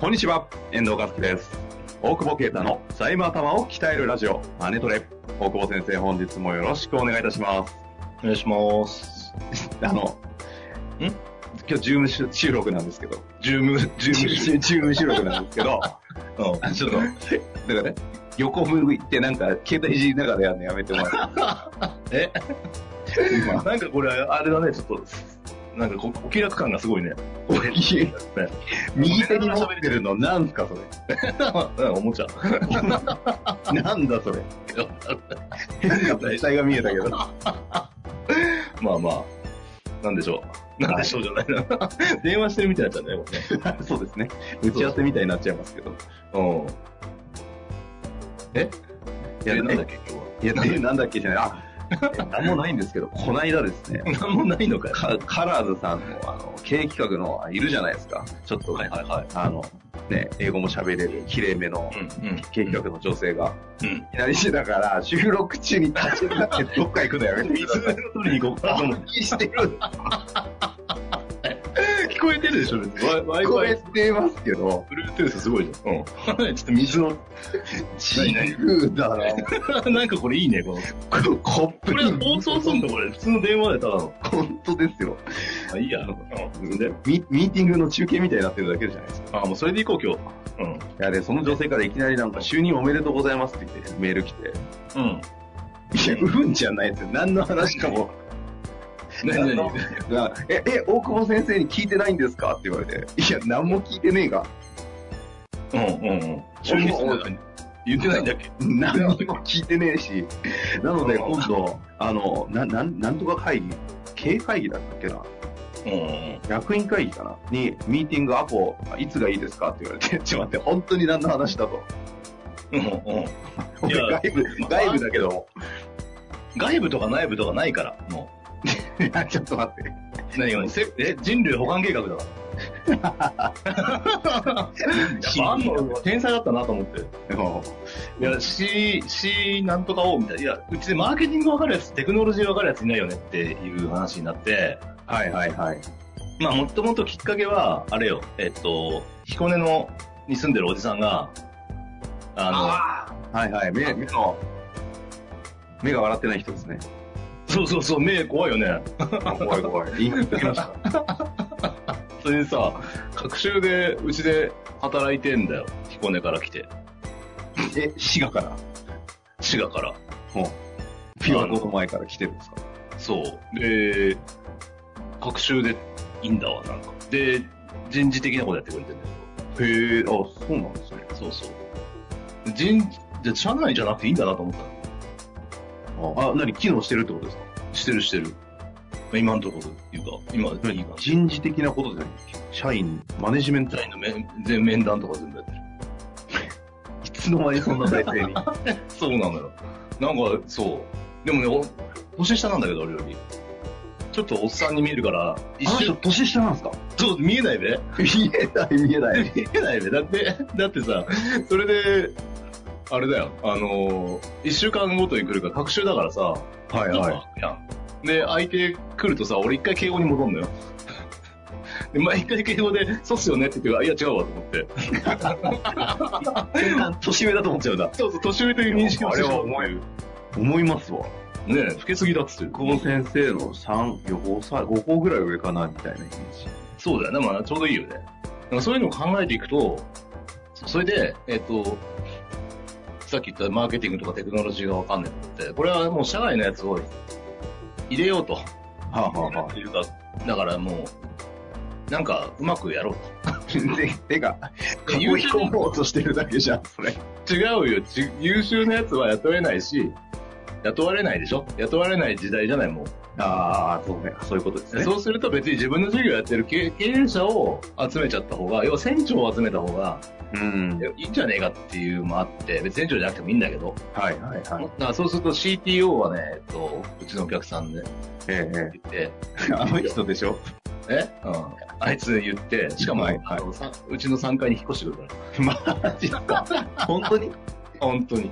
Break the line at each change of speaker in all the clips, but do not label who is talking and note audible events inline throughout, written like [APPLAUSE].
こんにちは、遠藤和樹です。大久保啓太の財務頭を鍛えるラジオ、マネトレ。大久保先生、本日もよろしくお願いいたします。
お願いします。
[LAUGHS] あの、ん今日、ズーム収収録なんですけど、ズーム、ズーム収、ズーム収録なんですけど、
う
あ [LAUGHS] ちょっと、なんかね、横向いてなんか、携帯いじりながらやるのやめてもらって。
[LAUGHS] え
今
ん。、なんかこれ、あれだね、ちょっと、なんかこう、お気楽感がすごいね。
これ右手に持ってるの、なんすか、それ。
[LAUGHS] うん、おも
[LAUGHS]
ちゃ。 [LAUGHS]
なんだ、それ。変な物体が見えたけど。
まあまあ、なんでしょう。なんでしょうじゃないな。 [LAUGHS] 電話してるみたいになっちゃうね、
[LAUGHS] そうですね。打ち合わせみたいになっちゃいますけど。
これね。うん。
い
え
や、
なんだっけ、今
いや、で、なんだっけじゃない、あ、なんもないんですけど、こないだですね、
日は。なんもないのかよ。
カカラーズさんの、あの、経営企画の、あいるじゃないですか。ちょっとね、
はいはい。
あの、ね、英語も喋れる、綺麗めの、
うん、うん。
経営企画の女性が、
うん。
いきなりしてたから、収録中に立ち上がってどっか行くのやめて
水
くださ
の
い。
取りに行こうかと思って。
気して
[LAUGHS]
る。
聞こえてるでしょ、別に。
聞こえ
Wi-Fi、
てますけど、
Bluetooth すごいじゃん。うん。 [LAUGHS] ちょっと水の、
自由だな。
なんかこれいいね、この。
こコップ
これ
に、
放送すんのこれ。普通の電話でただの。
[LAUGHS] 本当ですよ。
あ、いいや。で、
ミミーティングの中継みたいになってるだけじゃないですか。
あ、もうそれで行こう、今日。
いや、で、その女性からいきなりなんか、就任おめでとうございますって言って、メール来て。
うん。うん。
いや、うんじゃないですよ。何の話かも。何
何何
なえ、え、大久保先生に聞いてないんですかって言われて。いや、何も聞いてねえが。
うんうんうん。中日して言ってないんだっけ
何も聞いてねえし。なので、今度、あの、な、なん、なんとか会議、経営会議だったっけな
うん。
役員会議かなに、ミーティングアポ、いつがいいですかって言われて。ちょっと待って、本当に何の話だと。
うんうん。いや
外部
ま、あ
外部だけども。
外部とか内部とかないから、も
いや、ちょっと待って。
う。何が、せえ、人類保管計画だから。あんの、天才だったなと思って。
でも
いや、C、C なんとか O みたいな。いや、うちでマーケティングわかるやつ、テクノロジーわかるやついないよねっていう話になって、
はいはいはい。
まあ、もともときっかけは、あれよ、えっと、彦根の、に住んでるおじさんが、あ
はいはい、目、目の、目が笑ってない人ですね。
の、そうそうそう、目怖いよね。
怖い怖 [LAUGHS] い。いい言ってきました。
それでさ、隔週で、うちで働いてんだよ。彦根から来て、
え、滋賀から、
滋賀から。
ピュアゴの前から来てるんですか
そう。で、隔週でいいんだわ、なんか。で、人事的なことやってくれてるん
へえ、
だよ。
あ、そうなんですね。
そうそう。人、じゃ社内じゃなくていいんだなと思ったの
あ、何機能してるってことですか
してるしてる。まあ今のところっていうか、今、いいかな。
人事的なことじゃない社員、マネジメント
社、員の面全面談とか全部やってる。
いつの間にそんな体制 [LAUGHS] に。
そうなのよ。なんか、そう。でもね、お年下なんだけど、俺より。ちょっとおっさんに見えるから、一
あの人
瞬、
年下なんですか
ちょっと見えないべ
見えない、見えな。
[LAUGHS] 見えないべだって、だってさ、それで、あれだよ、あのー一週間ごとに来るから、隔週だからさ、
はいはい。
い。やん。で、相手来るとさ、俺一回敬語に戻んのよ。 [LAUGHS] で、毎回敬語で、そうっすよねって言ってあ、いや違うわと思って。
[LAUGHS] 年上だと思っちゃうんだ。
そうそう、年上という認識をしてしまう
あれは思いますわ。
ねえ、老けすぎだっつってる。
久保先生の3、予防さ、5個ぐらい上かな、みたいなイメージ。
そうだよね、まあ、ちょうどいいよね。だからそういうのを考えていくと、そそれで、えっ、と、さっき言ったマーケティングとかテクノロジーがわかんないと思って、これはもう社外のやつを入れようと。
はあ、はあはあ
というか、だからもう、なんかうまくや
[LAUGHS]
ろう
で、てか、
と。
囲い込もうとしてるだけじゃん、それ。
違うよ。ち優秀なやつは雇えないし、雇われないでしょ雇われない時代じゃない、もう。
ああ、そうね。そういうことです
で
ね。
そうすると別に自分の授業やってる経経営者を集めちゃった方が、要は船長を集めた方が
うん。
いいんじゃねえかっていうのもあって、別に船長じゃなくてもいいんだけど、
はいはいはい。
だからそうすると CTO はね、えっと、うちのお客さんで
ええ
言って、
ええ。あの人でし
[LAUGHS]
ょ
え、うん、あいつ言って、しかも、
はいはい
あのさうちの3階に引っ越してくるか
マジか。本当に
ら、
[LAUGHS]
本当に。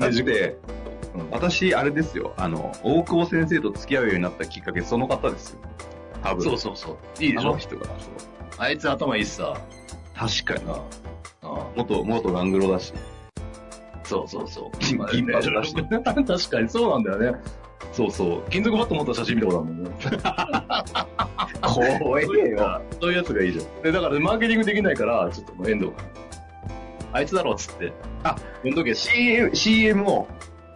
だっ
自分
て、私、あれですよ。あの、大久保先生と付き合うようになったきっかけ、その方ですよ。多
うん
分。
そうそうそう。いいで
あ
し
の
ょ
人が。そう
あいつ頭いいしさ。
確かにな。
うん
元、元ガングロだし。
そうそうそう。
金
まあ
金髪だし
[LAUGHS] 確かにそうなんだよね。そうそう。金属バット持った写真見たことあるもんね。
怖えよ。
そういうやつがいいじゃん。で、だからマーケティングできないから、ちょっともう遠藤が。あいつだろっつって。
あ、
遠藤家
CM、CM を。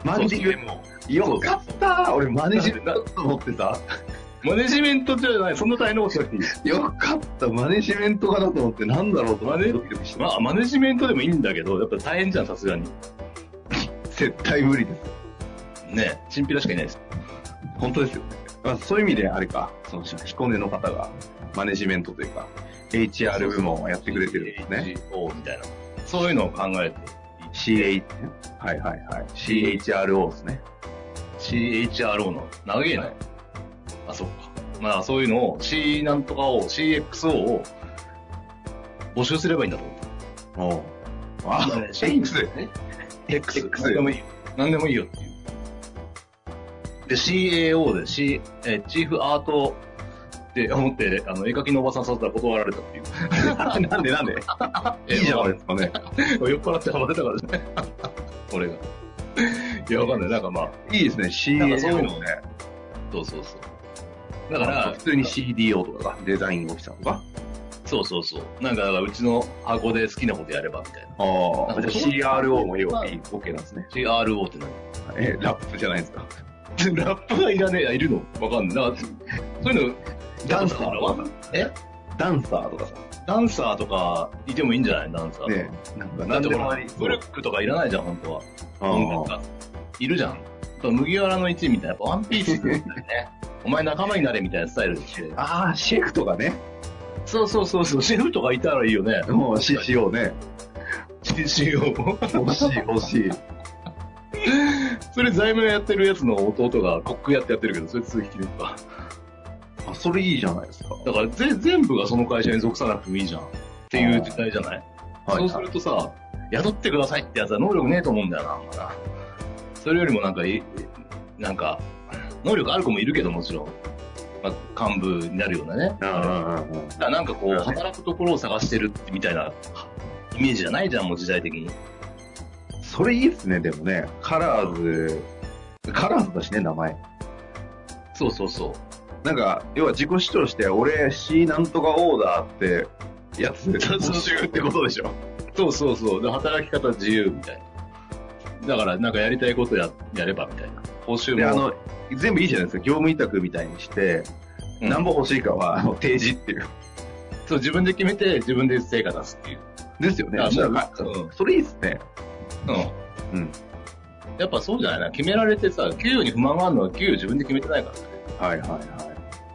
マネジメン
も。
ト。よかった俺マネジメントと思ってさ。
マネジメントじゃない、そんな大変なことじゃない。
よかったマネジメントかなと思ってなんだろうと思ってドキドキしてま
まあ、マネジメントでもいいんだけど、やっぱ大変じゃん、さすがに。
す絶対無理です。
ねチンピラしかいないです。
本当ですよ。まあ、そういう意味で、あれか、その、彦根の方が、マネジメントというか、HR 部門をやってくれてるんですね。。
CHO みたいな。そういうのを考えて。
CH、はいはいはい。CHRO ですね。
CHRO の、長えない。あ、そうか。まあ、そういうのを、C なんとかを、CXO を募集すればいいんだと思った。
おうあ、X、X、
X でもいい。何でもいいよっていう。で、CAO で、C、えー、チーフアートって思って、あの、絵描きのおばさん誘ったら断られたっていう。
[LAUGHS] なんでなんでいいじゃん、あれですかね。
酔っ払って暴れたからね。俺が。いや、わかんない。なんかまあ、
いいですね、
なんかそういう
CHRO
の
ね。
そうそうそう。だ
だ
か
から、
ら
普、通に CDO とかが、デザインをしたとか。
そうそうそう。なんか、だからうちの箱で好きなことやればみたいな。
あ
なんか
じゃあ CRO も要はいい OK なんですね。
CRO って何
え、ラップじゃないですか。
[LAUGHS] ラップがいらねえ。あいるのわかんない。だからそういうの、
ダンサー
は
とか
え
ダンサーとかさ。
ダンサーとかいてもいいんじゃないダンサー。
ねなんか、
だ
な
っ
ん
て
で
ほ
もあ
ら、
り
ブルックとかいらないじゃん、本当は。音楽
あ
家。いるじゃん。麦わらの一味みたいな、やっぱワンピースだよ [LAUGHS] ね。お前仲間になれみたいなスタイルでして。
あー、シェフとかね。
そうそうそうそう、シェフとかいたらいいよ [LAUGHS] ね。
もう CCO ね。
CCO。
欲しい欲しい。
それ財務やってるやつの弟がコックやってやってるけど、それ続きでか。
あ、それいいじゃないですか。
だからぜ全部がその会社に属さなくてもいいじゃん。っていう時代じゃない
はい
そうするとさ、雇ってくださいってやつは能力ねえと思うんだよな、あんまなそれよりもなんかい、なんか、能力ある子もいるけどもちろん、まあ、幹部になるようなね。
うんうんうんうん
だからなんかこ
うん
う、働くところを探してるってみたいなイメージじゃないじゃん、もう時代的に。
それいいですね、でもね。カラーズ、カラーズだしね、名前。
そうそうそう。
なんか、要は自己主張して、俺 C なんとかオーダーってやつで
そうそう
募集ってことでしょ。
そうそうそう。で、働き方自由みたいな。だから、なんかやりたいことや、やればみたいな。報酬
で、あ
も。
の、全部いいじゃないですか。業務委託みたいにして、
うん
なんぼ欲しいかはあの提示っていう。
そう、自分で決めて、自分で成果出すっていう。
ですよね。
あそう
あ
うん
それいいっすね。
うん。
うん
やっぱそうじゃないな。決められてさ、給与に不満があるのは給与自分で決めてないから
は
ね。
いはいは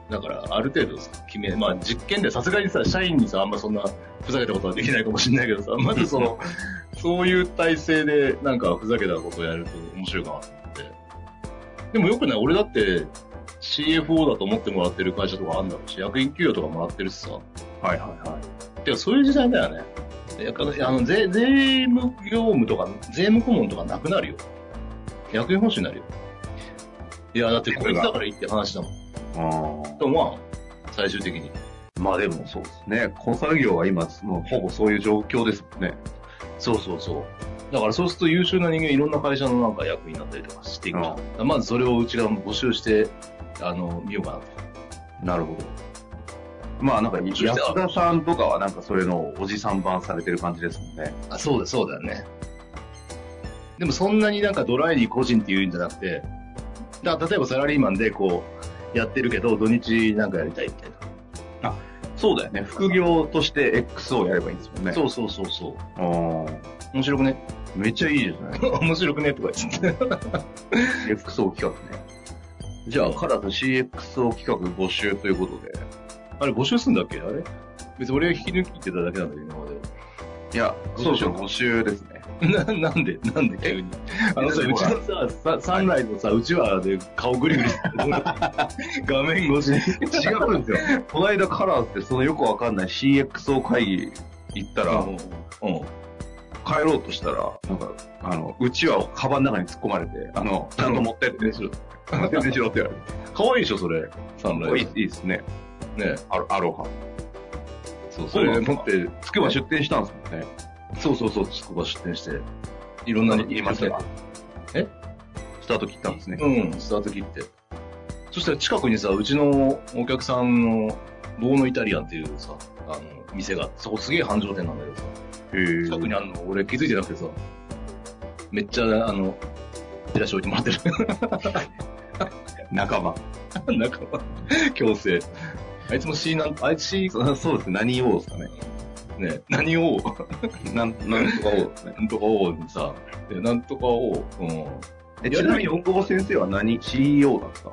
だから、ある程度さ決め、まあ実験でさすがにさ、社員にさ、あんまそんなふざけたことはできないかもしれないけどさ、まずその、そういう体制でなんかふざけたことをやると面白いかなと思って。でもよくない俺だって CFO だと思ってもらってる会社とかあるんだろうし、役員給与とかもらってるしさ。
い。はいはいはい。
てかそういう時代だよね。いやかあの税税務業務とか、税務顧問とかなくなるよ。役員報酬になるよ。いや、だってこいつだからいいって話だもん。
あ
と思わん最終的に。
ーまあでもそうですね。コンサル業は今、もうほぼそういう状況ですもんね。
そうそうそう。だからそうすると優秀な人間いろんな会社のなんか役員になったりとかしていくじゃんまずそれをうちが募集して、あの、見ようかなと。
なるほど。まあなんか、安田さんとかはなんかそれのおじさん版されてる感じですもんね。
あ、そうだ、そうだよね。でもそんなになんかドライに個人っていうんじゃなくて、だ例えばサラリーマンでこう、やってるけど、土日なんかやりたいみたいな。
そうだよね。副業として X をやればいいんですもんね。
そうそうそうそう。
う。
面白くね [LAUGHS]
めっちゃいいですね。
面白くねとか言って。
XO 企画ね。じゃあ、カラス CXO 企画募集ということで。
あれ募集すんだっけあれ別に俺が引き抜きってただけなんだけど、今まで。
いや、
そ
そうう
そ
そうう、募集ですね。
ななんでなんで急にあのさ、
え
うちのさ、さサンライズのさ、うちわで顔グリグリしてる画面越しに。
[LAUGHS] 違うんですよ。この間カラーってそのよくわかんない CXO 会議行ったら、
うん。
帰ろうとしたら、なんか、あの、うちわをカバンの中に突っ込まれて、あの、ちゃんと持ってって、しろ。全然しろって言わ
かわいいでしょ、それ。サンラ
れ
イ
て。いい、いいですね。
ズ。ね。
アロアロハ。そう、
そ
そ
れ
れ
持
持
っ
ってて、つくば出店したんですもんね。
そうそうそう、つくば出店して。いろんな
何言いましたか
え
スタート切ったんですね。
うん、スタート切って。そしたら近くにさ、うちのお客さんの、棒のイタリアンっていうさ、あの、店が、そこすげえ繁盛店なんだけどさ、
へー
近くにあるの俺気づいてなくてさ、めっちゃ、あの、チラシ置いてもらってる。 [LAUGHS]
仲間。
なんか、強制。あいつも C なん、あいつ C
そそうですね。何をですかね。
ね、何を、
なん、なんとかをですね。
なんとかをにさ、でなんとかを、うん、うん、
えちなみに大久保先生は何 ?CEO だった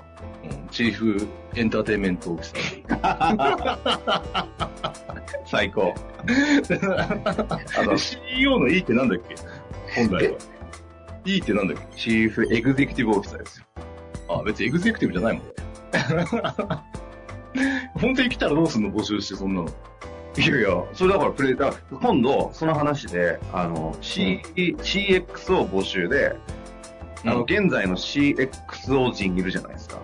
チーフエンターテインメントオフィサー。
最高。あの、
CEO の E ってなんだっけ本来は。E ってなんだっけ
チーフエグゼクティブオフィサーですよ。
あ、別にエグゼクティブじゃないもん [LAUGHS] ね。本当に来たらどうすんの募集して、そんなの。
いやいや、それだからプレイ、だから今度、その話で、あの、C、CXO 募集で、あ
う
の、
ん
現在の CXO 人いるじゃないですか。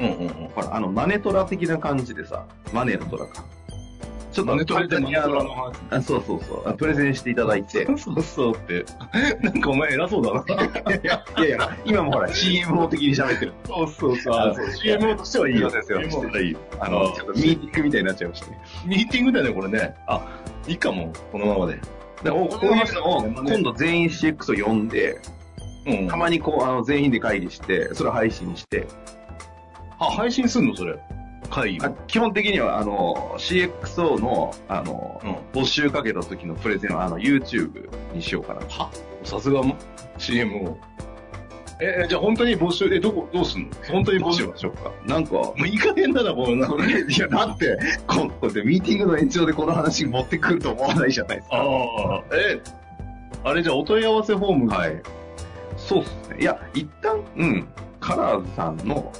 うんうんうん。
ほら、あの、マネトラ的な簡じでさ、マネのトラか。ちょっと、
マネトラで
簡単
マ
に
ネ
あ
トラの
の、
話。
あそうそうそう、あプレゼンしていただい
[LAUGHS]
て。
そうそうって。なんかお前偉そうだな。
いやいや、今もほら、CMO 的に喋ってる。
[LAUGHS] そうそうそう。
あ
そう CMO としてはいいよ。
そうですよ
CMO としてはいいよ。
あ
あ
の、ちょっとミーティングみたいになっちゃいましたね。
ミーティングだね、これね。あ、いいかも、このままで。
でこういうのを、今度全員 CX を呼んで、
うん。
たまにこう、あの、全員で会議して、それを配信して、
あ、配信すんのそれ。会議を
あ。基本的には、あの、CXO の、あの、
うん。
募集かけた時のプレゼンは、あの、YouTube にしようかな。
さすがも CM を。え、えじゃあ本当に募集、え、どこ、どうすんの本当に募集。も
ましょうか。なんか、 [LAUGHS]
ういい加減だな、このな
そ。れいや、だって、ここうやってミーティングの延長でこの話持ってくると思わないじゃないです
あ
か。
あ、え、あれじゃあお問い合わせフォーム。
はい。そうっすね。いや、一旦、うん、カラーズさんの、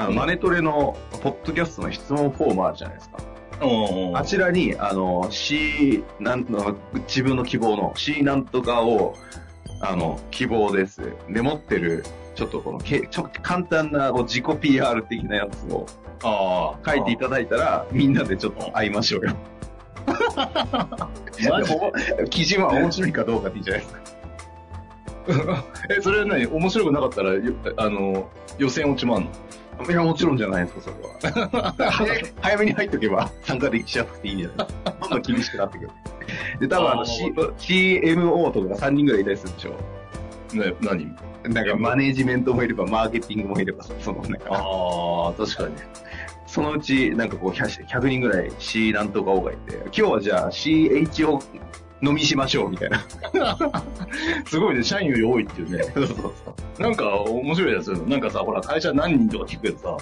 あの、
うん
マネトレの、ポッドキャストの質問フォームあるじゃないですか。
うんうん
あちらに、あの、C、なんの、自分の希望の C なんとかを、あの、希望です。メモってる、ちょっとこの、けちょ簡単なこう自己 PR 的なやつを
ああ、
書いていただいたら、みんなでちょっと会いましょうよ。
マジで
記事は面白いかどうかっていいじゃないですか。
え、それは何面白くなかったら、よあの、予選落ちもあんの
いや、もちろんじゃないですか、それ
[LAUGHS]
は。早い早めに入っとけば参加できちゃくていいんじゃないですか。どんどん厳しくなってくる。で、多分あ
あ
の、
ー
C、CMO とか3人ぐらいいたりするでしょ。
ね、何
なんかマネージメントもいれば、マーケティングもいれば、 [LAUGHS] その、なんか、
ああ、確かに。
そのうち、なんかこう100、100人ぐらい C なんとか O がいて、今日はじゃあ CH を飲みしましょう、みたいな。
すごいね、社員より多いって [LAUGHS] いうね。
そうそうそう。
なんか面白いやつなんかさ、ほら、会社何人とか聞くけどさ、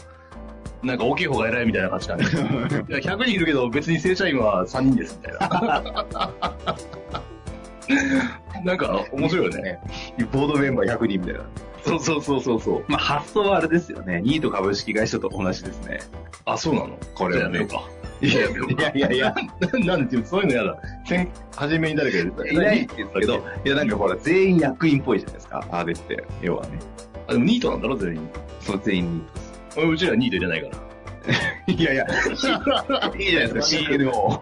なんか大きい方が偉いみたいな感 [LAUGHS] じなんだけどいや、100人いるけど、別に正社員は3人ですみたいな。 [LAUGHS] なんか面白いよね。
ボードメンバー100人みたいな。
そうそうそうそうそう。
まあ、発想はあれですよね。ニート株式会社と同じですね。
あ、そうなの
こ
じゃあ
れはね
やめようか。
いやいやいや、
なんていう、そういうのやだ。先初めに誰か言った
いないって言ったけど、いやなんかほら、全員役員っぽいじゃないですか。あれって、要はね。
あ、でもニートなんだろ、全員。
その全員 [LAUGHS]
俺うちらニートじゃない [LAUGHS] から。
ニート。いやいや、いいじゃないですか、CNO。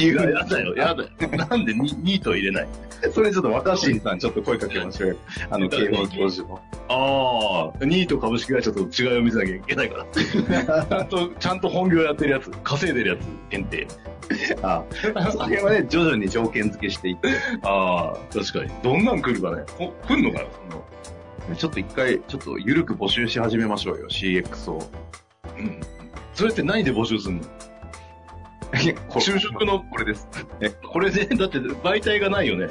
違
[LAUGHS]
う、やだよ、やだよ。なんでニニート入れない
それちょっと若新さん、ちょっと声かけましょうよ。あの、慶応教授の。
ああ、ニート株式会社と違いを見せなきゃいけない [LAUGHS] から。ちゃんと、ちゃんと本業やってるやつ、稼いでるやつ限定。
あその辺はね、徐々に条件付けしていって、
ああ、確かに。どんなん来るかね。こ来んのかよ、そんなの。
ちょっと一回、ちょっと緩く募集し始めましょうよ、CX [LAUGHS] を。
うん。それって何で募集するの
就
就職の
これです。
これで、だって媒体がないよね。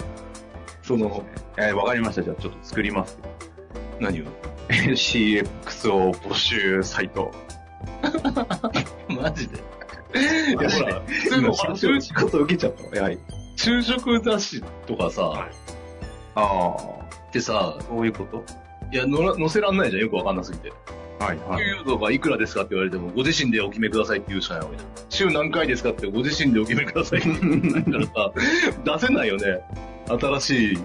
その、
えーわかりました。じゃあちょっと作ります。
何を
CX を募集サイト。
マジで。いや、ほら、普通のほら
そういう
就
こと受けちゃったのやはり。
就職雑誌とかさ、
あ
ってさ
あ、、そういうこと
いや、のら載せらんないじゃん、よくわかんなすぎて。
はいは
給
い。
与とかいくらですかって言われても、ご自身でお決めくださいって言うしかないわけじゃん。週何回ですかってご自身でお決めくださいって言うからさ、出せないよね。新しい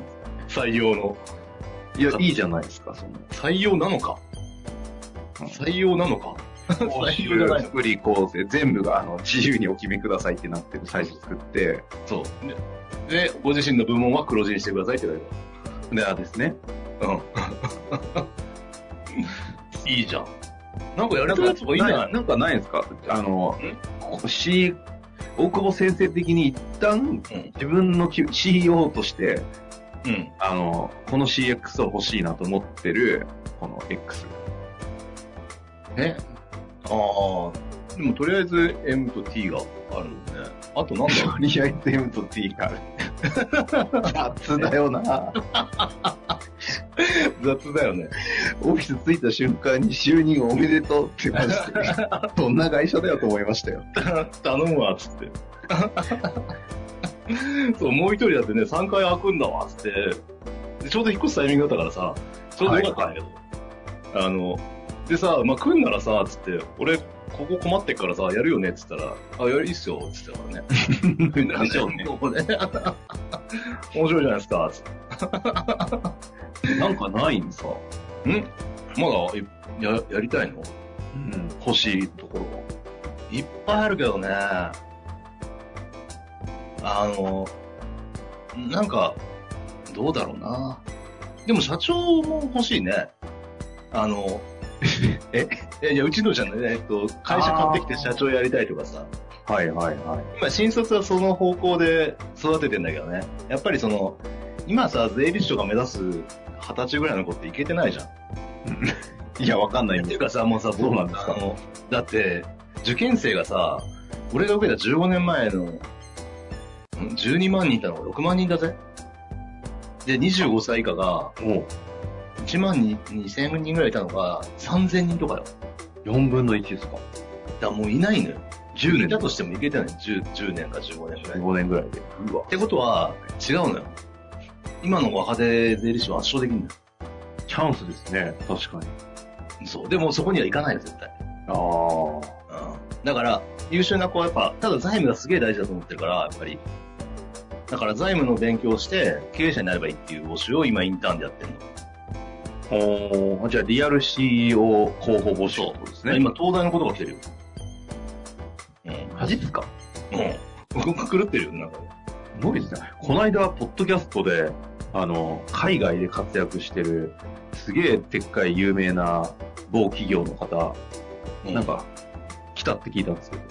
採用の。
いや、いいじゃないですか、その。
採用なのか採用なのか採用じゃないの
福利厚生、全部があの自由にお決めくださいってなってるサイト作って、
そう。で、でご自身の部門は黒字にしてくださいって言わ
で、あですね。
れた。うん。いいじゃん。なんかやれたやつがいいんじゃない
なんかないですかあの、C、大久保先生的に一旦
うん
自分のき CEO として、
うん。
あの、この CX を欲しいなと思ってる、この
[LAUGHS]
X。
えああ。でもとりあえず M と T があるんで、あとなんだろう [LAUGHS]
とりあえず M と T がある。雑だよな。
雑だよね。
オフィス着いた瞬間に就任おめでとうってマジで。どんな会社だよと思いましたよ。
頼むわ、つって。 [LAUGHS] そう、もう一人だってね、3回開くんだわ、つって。でちょうど引っ越すタイミングだったからさ、ちょうどよかったんだけど。あの、でさ、まあ、来んならさ、つって、俺、ここ困ってっからさ、やるよね、つったら、あ、やるいいっすよ、つってたからね。
でしょうね
ここね面白いじゃないですか、つって。
なんかないんさ。
まだいややりたいの
うん。
欲しいところいっぱいあるけどね。あの、なんか、どうだろうな。でも社長も欲しいね。あの、
[LAUGHS] え
いやいや、うちのじゃない、えっと、会社買ってきて社長やりたいとかさ。
はいはいはい。
今、新卒はその方向で育ててんだけどね。やっぱりその、今さ、税理士とか目指す二十歳ぐらいの子っていけてないじゃん。
[LAUGHS] いや、わかんない
っ
ん
て
で
いう
す
かさ、もうさ、
そうなんですか
あの、だって、受験生がさ、俺が受けた15年前の、ん12万人いたのが6万人だぜ。で、25歳以下が、
も
1万2000人ぐらいいたのが、3000人とかよ。
う、4分の1ですか。
だからもういないのよ。
10
い
年
たとしてもいけてない。10, 10年か15年ぐらい。っ
5年ぐらいで。うわ。
てことは、違うのよ。今の若手税理士は圧勝できるのよ。
チャンスですね。確かに。
そう。でもそこには行かないの、絶対。
ああ。
うんだから、優秀な子はやっぱ、ただ財務がすげえ大事だと思ってるから、やっぱり。だから財務の勉強をして、経営者になればいいっていう募集を今インターンでやってるの。
おーじゃあ、リアル CEO 候補募集ってことですね。
今、東大のことが来てるよ。うん。
マジっすか
うん。僕狂ってるよ、なんか。
すごいですね。この間、ポッドキャストで、あの、海外で活躍してる、すげえでっかい有名な某企業の方、なん、か、来たって聞いたんですけど、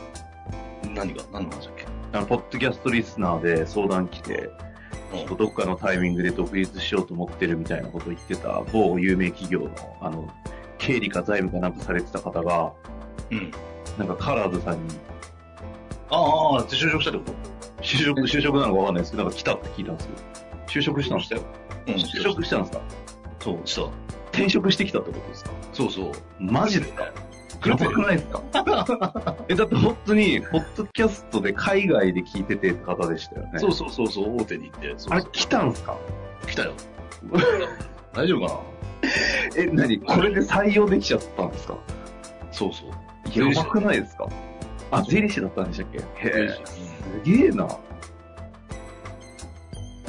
何が何の話だっけ
あの、ポッドキャストリスナーで相談来て、ちょっとどっかのタイミングで独立しようと思ってるみたいなことを言ってた、某有名企業の、あの、経理か財務かなんかされてた方が、
うん。
なんかカラーズさんに、
ああ、ああ、就職したってこと
就職、就職なのかわかんないですけど、なんか来たって聞いたんですけど、就職したんですか
よ。うん、
就
就職
職したんですか
そう、した。
転職してきたってことですか
そうそう。
マジですかやばくないですか [LAUGHS] え、だって本当に、ポッドキャストで海外で聞いててって方でしたよね。
そうそうそうそう、大手に行って。そう
あれ、来たんすか [LAUGHS]
来たよ。大丈夫か
え、何これで採用できちゃったんですか
なそうそう。
やばくないですかあ、税理士だったんでしたっけ
うん
へえ。すげえな。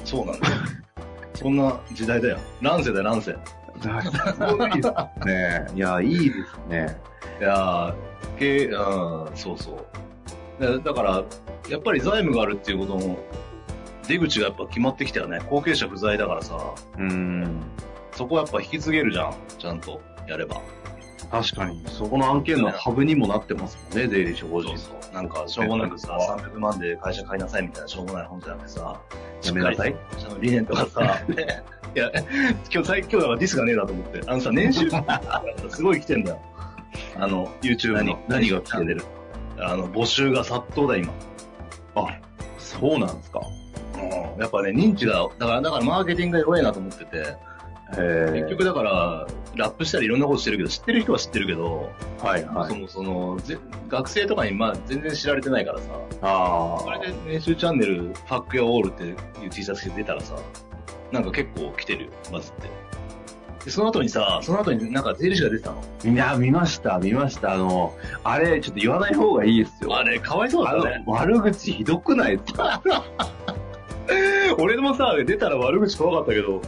そうなんだよ。そんな時代だよ。乱世だよ、乱世。
すごいですね。いや、いいですね。
いやー、経営うん、そうそう。だだから、やっぱり財務があるっていうことも、出口がやっぱ決まってきたよね。後継者不在だからさ、
うーん。
そこはやっぱ引き継げるじゃん。ちゃんとやれば。
確かに、そこの案件のハブにもなってますもんね、税理士法人。
う。なんか、しょうもなくさ、300万で会社買いなさいみたいなしょうもない本じゃなくてさ、
やめなさい。
その理念とかさ、ね [LAUGHS] いや、今日最、今日だからディスがねえなと思って、あのさ、年収、 [LAUGHS] すごい来てんだよ。あの、YouTube の
何何が来て
るあの、募集が殺到だ、今。
そうなんですか。
うんうんやっぱね、認知が、だから、だからマーケティングが弱いなと思ってて、結局だから、ラップしたりいろんなことしてるけど、知ってる人は知ってるけど、
はいは
そ
い。
もそもぜ学生とかにまあ全然知られてないからさ、
あ
それで練習チャンネル、ファックやオールっていう T シャツ着て出たらさ、なんか結構来てるよ、バズって。で、その後にさ、その後になんか税理士が出てたの。
あ。いや、見ました、見ました。あの、あれ、ちょっと言わない方がいいですよ。
あれ、かわいそうだ
あ
ったね。
の、悪口ひどく [LAUGHS] ないですか
俺もさ、出たら悪口怖かったけど、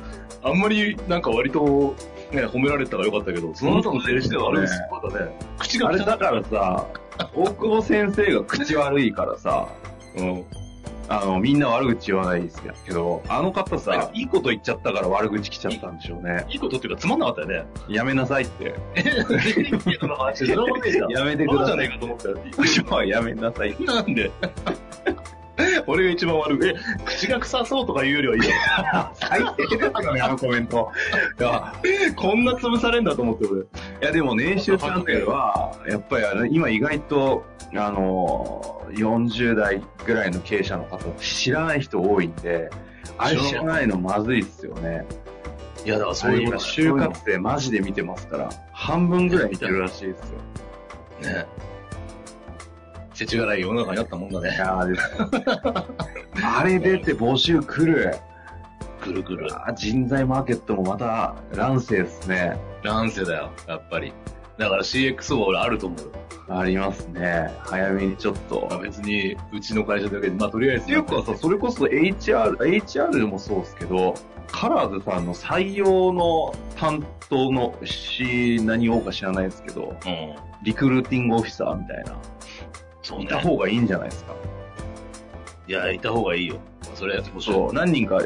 あんまりなんか割と、ね、褒められたらよかったけど、その後の税理士で悪口怖かったね。口が
あ
汚
れ
い
だからさ、大久保先生が口悪いからさ、
うん。
あの、みんな悪口言わないですけど、あの方さ、いいこと言っちゃったから悪口来ちゃったんでしょうね。
いいことっていうかつまんなかったよ [LAUGHS] ね。
やめなさいって。
いいことの話で、そんな [LAUGHS] ことでした。
やめて
バ
く
カ
だ
じゃ
さい
ねえ。かと思った
[LAUGHS]
よ。
やめなさい。
なん [LAUGHS] で俺が一番悪い。え、口が臭そうとか言うよりはいいよ。
最低ですよね、あのコメント。いや、
こんな潰されんだと思って俺。
いやでも年収チャンネルは、やっぱりあの今意外と、あの、40代ぐらいの経営者の方、知らない人多いんで、あれ知らないのまずいっすよね。
いや、だから
そういう今、就活生マジで見てますから、半分ぐらい見てるらしいですよ。
ね。世知辛い世の中になったもんだ
い
ね。
やーですあれ出て募集来る。
くるくる。
あー人材マーケットもまた乱世ですね。
乱世だよ、やっぱり。だから CXO は俺あると思うよ。
ありますね。早めにちょっと
まあ。別に、うちの会社だけで、まあとりあえず。
っていうかさ、それこそ HR、HR でもそうですけど、カラーズさんの採用の担当のし、何をか知らないですけど、
うん。
リクルーティングオフィサーみたいな、
そう
いた
ね。
方がいいんじゃないですか。
いや、いた方がいいよ。それ、も
そう、何人か、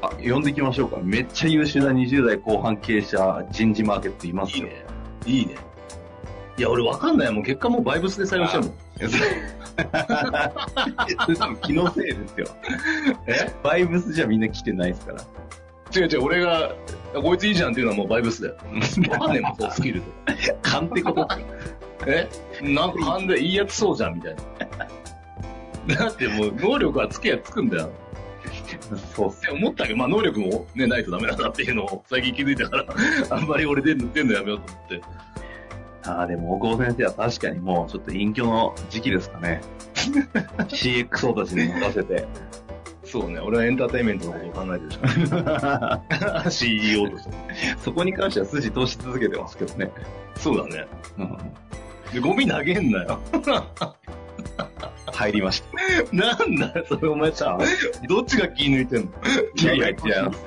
あ、呼んできましょうか。めっちゃ優秀な20代後半経営者、人事マーケットいます
いい
よ。
ね。いいね。いや、俺わかんないもん。結果もうバイブスで採用してるもん。
[LAUGHS] それ多分気のせい
[LAUGHS]
ですよ。えバイブスじゃみんな来てないですから。
違う違う、俺が、こいついいじゃんっていうのはもうバイブスだよ。 [LAUGHS] わかんねえもん、そうスキルと。
勘って
[LAUGHS]
ことですよ
えなんか勘でいいやつそうじゃんみたいな。 [LAUGHS] だってもう能力はつけやつくんだよ。
そうっす
って思ったけど、まあ能力もね、ないとダメなんだっていうのを最近気づいたから、 [LAUGHS] あんまり俺出んの出んのやめようと思って。
ああ、でも、大久保先生は確かにもう、ちょっと隠居の時期ですかね。CXO たちに任せて。 [LAUGHS]
そうね、俺はエンターテインメントのことを考えてるしか [LAUGHS] ない。CEO として。
そこに関しては筋通し続けてますけどね。
そうだね。
うん
で、ゴミ投げんなよ。 [LAUGHS]
入りました。
なんだよ、それお前さ、どっちが気抜いてんの
いやいや違います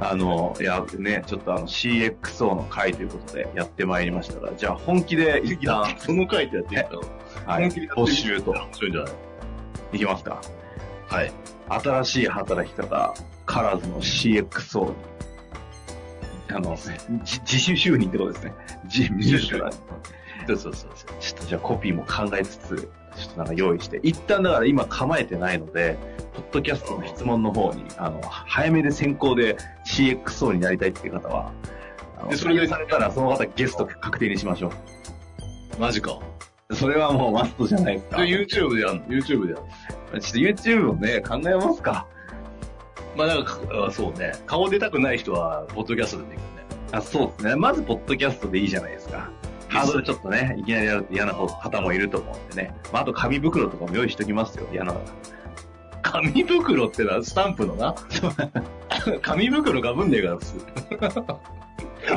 あの、いや、ね、ちょっとあの CXO の会ということでやってまいりましたが、じゃあ本気で一
いや
旦、、
その回ってやっていくの
はい、
本気でやって
募
みる
集と。
面白いんじゃない
いきますか。
はい。
新しい働き方、カラーズの CXO に。あの、じ自主就任ってことですね。自自主就任。
そうそうそうそう。
ちょっとじゃあコピーも考えつつ、ちょっとなんか用意して、一旦だから今構えてないので、ポッドキャストの質問の方に、あの、早めで先行で CXO になりたいっていう方は、あの
でそれで
採用されたらその方ゲスト確定にしましょ
マジか。
う。それはもうマストじゃないですか。
で、
ちょ
YouTube でやんの ?YouTube でやん
っ
の
と YouTube をね、考えますか。
まあ、なんか、あそうね。顔出たくない人 [LAUGHS] は、ポッドキャストでできるね。
あ、そうですね。まずポッドキャストでいいじゃないですか。ハードルちょっとね、いきなりやると嫌な方もいると思うんでね。まあ、あと紙袋とかも用意しときますよ。嫌な方。
紙袋ってのは、スタンプのな。 [LAUGHS] 紙袋かぶんねえから、普通。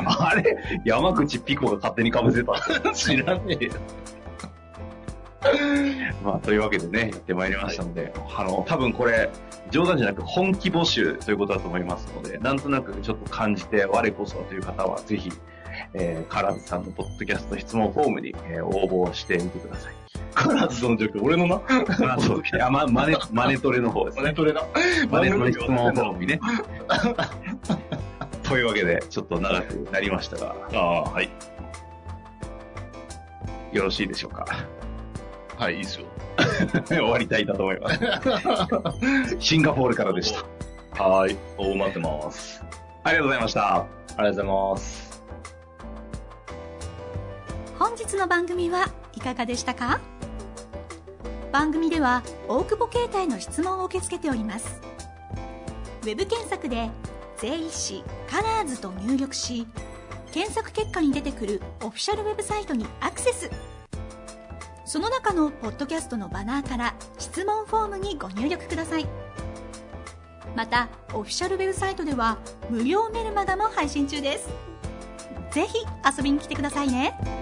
[LAUGHS] あれ山口ピコが勝手に被せた。 [LAUGHS]
知らねえよ。
まあ、というわけでね、やってまいりましたので、あの、多分これ、冗談じゃなく本気募集ということだと思いますので、なんとなくちょっと感じて、我こそはという方は、ぜひ、えー、カラズさんのポッドキャスト質問フォームに、えー応募してみてください。
カラーズとの状況、俺のな。
まあ、そういや、ま、マネ、マネトレの方です
マ
ね。
ネトレな。
マネトレの質問フォーム [LAUGHS] にね。というわけで、ちょっと長くなりましたが、
ああ、はい。
よろしいでしょうか。
はい、いいっすよ。
[LAUGHS] 終わりたいだと思います。 [LAUGHS] シンガポールからでした。
はーい。お待ってます。
ありがとうございました。
ありがとうございます。
本日の番組はいかがでしたか番組では大久保携帯の質問を受け付けておりますウェブ検索で「税理士カラーズと入力し検索結果に出てくるオフィシャルウェブサイトにアクセスその中のポッドキャストのバナーから質問フォームにご入力くださいまたオフィシャルウェブサイトでは無料メルマガも配信中ですぜひ遊びに来てくださいね